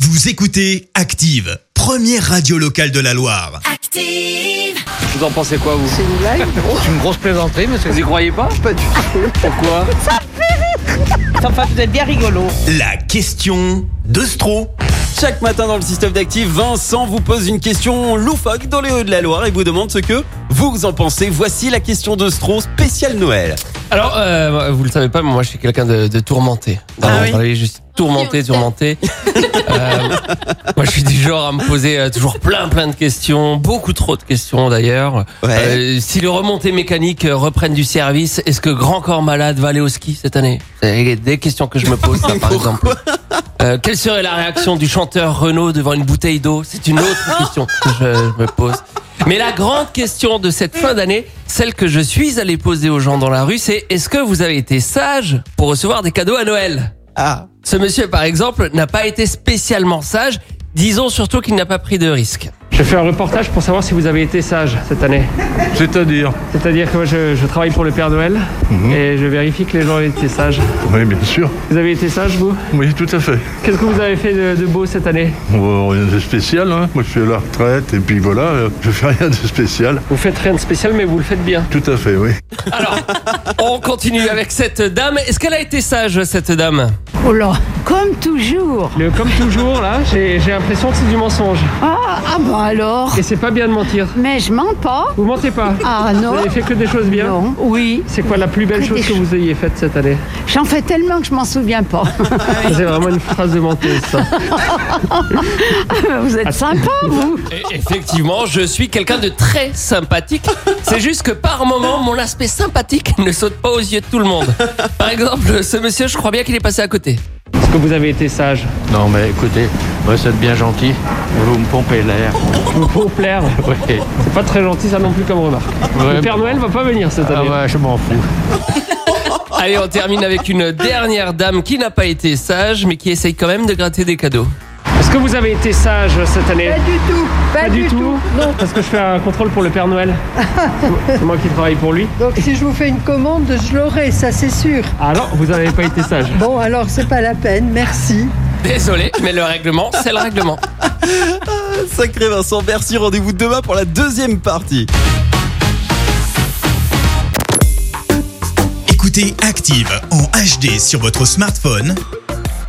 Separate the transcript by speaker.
Speaker 1: Vous écoutez Active, première radio locale de la Loire.
Speaker 2: Active.
Speaker 3: Vous en pensez quoi, vous C'est une blague C'est une grosse plaisanterie, monsieur. Vous y croyez pas Pas du tout. Pourquoi
Speaker 4: Enfin, vous êtes bien rigolo.
Speaker 1: La question de Stro.
Speaker 5: Chaque matin dans le système d'actifs, Vincent vous pose une question loufoque dans les hauts de la Loire et vous demande ce que vous en pensez. Voici la question de Stro spéciale Noël.
Speaker 3: Alors, euh, vous le savez pas, mais moi, je suis quelqu'un de, de tourmenté. Dans-
Speaker 5: Ah oui.
Speaker 3: dans la vie, je suis tourmenté, tourmenté. Euh, moi, je suis du genre à me poser euh, toujours plein, plein de questions. Beaucoup trop de questions, d'ailleurs.
Speaker 5: Ouais.
Speaker 3: Euh, si les remontées mécaniques euh, reprennent du service, est-ce que Grand Corps Malade va aller au ski cette année C'est des questions que je me pose, ça, Bah, par exemple. Euh, quelle serait la réaction du chanteur Renaud devant une bouteille d'eau C'est une autre question que je me pose. Mais la grande question de cette fin d'année, celle que je suis allé poser aux gens dans la rue, c'est est-ce que vous avez été sage pour recevoir des cadeaux à Noël
Speaker 5: Ah,
Speaker 3: Ce monsieur, par exemple, n'a pas été spécialement sage. Disons surtout qu'il n'a pas pris de risque.
Speaker 6: Je fais un reportage pour savoir si vous avez été sage cette année.
Speaker 7: C'est-à-dire
Speaker 6: C'est-à-dire que moi, je, je travaille pour le Père Noël et je vérifie que les gens ont été sages.
Speaker 7: Ah Oui, bien sûr.
Speaker 6: Vous avez été sage, vous
Speaker 7: Oui, tout à fait.
Speaker 6: Qu'est-ce que vous avez fait de, de beau cette année
Speaker 7: Oh, rien de spécial, hein. Moi, je fais la retraite et puis voilà, euh, je fais rien de spécial.
Speaker 6: Vous faites rien de spécial, mais vous le faites bien.
Speaker 7: Tout à fait, oui.
Speaker 3: On continue avec cette dame. Est-ce qu'elle a été sage, cette dame
Speaker 8: Oh là, comme toujours.
Speaker 6: Le, comme toujours, là, j'ai j'ai l'impression que c'est du mensonge.
Speaker 8: Ah, ah bah alors.
Speaker 6: Et c'est pas bien de mentir.
Speaker 8: Mais je mens pas.
Speaker 6: Vous mentez pas.
Speaker 8: Ah
Speaker 6: Vous
Speaker 8: non.
Speaker 6: avez fait que des choses bien.
Speaker 8: Non. Oui.
Speaker 6: C'est quoi la plus belle
Speaker 8: Que
Speaker 6: chose
Speaker 8: des
Speaker 6: que vous ayez faite cette année
Speaker 8: J'en fais tellement que je m'en souviens pas.
Speaker 6: C'est vraiment une phrase de menteuse, ça.
Speaker 8: vous
Speaker 9: Ah,
Speaker 8: êtes sympa, vous.
Speaker 3: Et Effectivement, je suis quelqu'un de très sympathique. C'est juste que par moment, mon aspect sympathique ne saute pas aux yeux de tout le monde. Par exemple, ce monsieur, je crois bien qu'il est passé à côté.
Speaker 6: Est-ce que vous avez été sage
Speaker 10: Non mais ben, écoutez, vous êtes bien gentil, vous me pompez l'air.
Speaker 6: Vous pour plaire
Speaker 10: Ouais.
Speaker 6: C'est pas très gentil, ça non plus, comme remarque. Le
Speaker 10: Ouais.
Speaker 6: Père Noël va pas venir cette
Speaker 10: Ah
Speaker 6: année.
Speaker 10: ouais, je m'en fous.
Speaker 3: Allez, on termine avec une dernière dame qui n'a pas été sage, mais qui essaye quand même de gratter des cadeaux.
Speaker 6: Est-ce que vous avez été sage cette année
Speaker 8: Pas du tout. Pas,
Speaker 6: Pas du tout. Non, parce que je fais un contrôle pour le Père Noël. c'est moi qui travaille pour lui.
Speaker 9: Donc si je vous fais une commande, je l'aurai, ça c'est sûr.
Speaker 6: Ah non, vous n'avez pas été sage.
Speaker 9: Bon, alors c'est pas la peine, merci.
Speaker 3: Désolé, mais le règlement, c'est le règlement.
Speaker 5: sacré Vincent, merci. Rendez-vous demain pour la deuxième partie.
Speaker 1: Écoutez Active en HD sur votre smartphone,